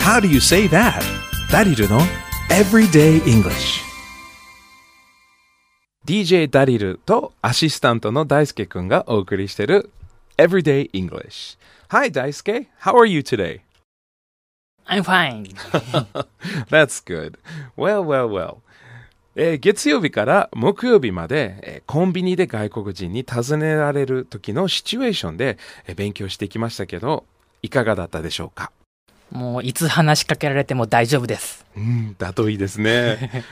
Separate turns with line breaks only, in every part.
How do you say that? ダリルの Everyday English DJ ダリルとアシスタントの大輔くんがお送りしている Everyday English Hi 大輔 How are you today?
I'm fine.
That's good. Well, well, well. えー月曜日から木曜日まで、えーコンビニで外国人に尋ねられる時のシチュエーションで、えー勉強してきましたけど、いかがだったでしょうか
もういつ話しかけられても大丈夫です。
うん、だといいですね。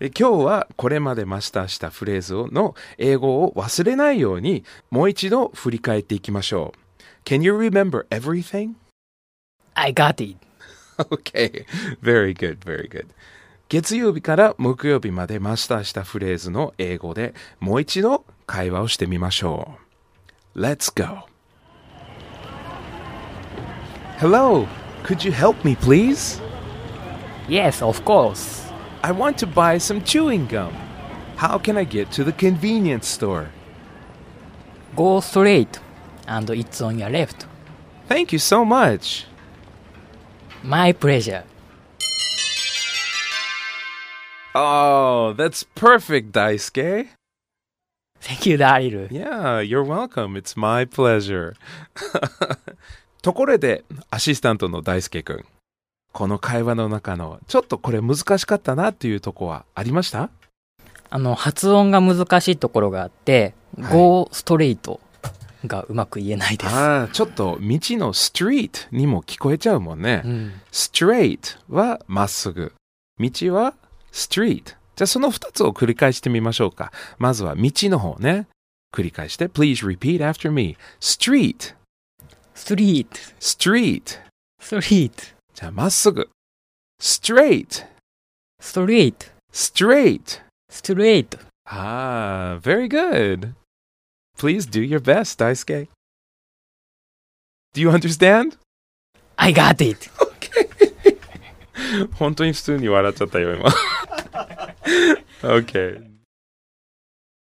え今日はこれまでマスターしたフレーズをの英語を忘れないようにもう一度振り返っていきましょう。Can you remember everything?
I got it.
Okay, very good, very good. 月曜日から木曜日までマスターしたフレーズの英語でもう一度会話をしてみましょう。Let's go! Hello, could you help me please?
Yes, of course.
I want to buy some chewing gum. How can I get to the convenience store?
Go straight. And it's on your left.
Thank you so much.
My pleasure.
Oh, that's perfect, Daisuke.
Thank you, ダリル。
Yeah, you're welcome. It's my pleasure. ところで、アシスタントの大輔くん。この会話の中の、ちょっとこれ難しかったなっていうとこはありました
あの、発音が難しいところがあって、
はい
Go straight がうまく言えないです。
ああ、ちょっと道のストリートにも聞こえちゃうもんね
う。ん、
ストレートはまっすぐ。道はストリート。じゃあその2つを繰り返してみましょうか。まずは道の方ね。繰り返して。Please repeat after me. Street,
street,
street.
street,
じゃあまっすぐ。straight,
straight,
straight.
straight.
ああ、very Ah, good. Please do your best, Daisuke. Do you understand?
I got it.
本当に普通に笑っちゃったよ、今。okay.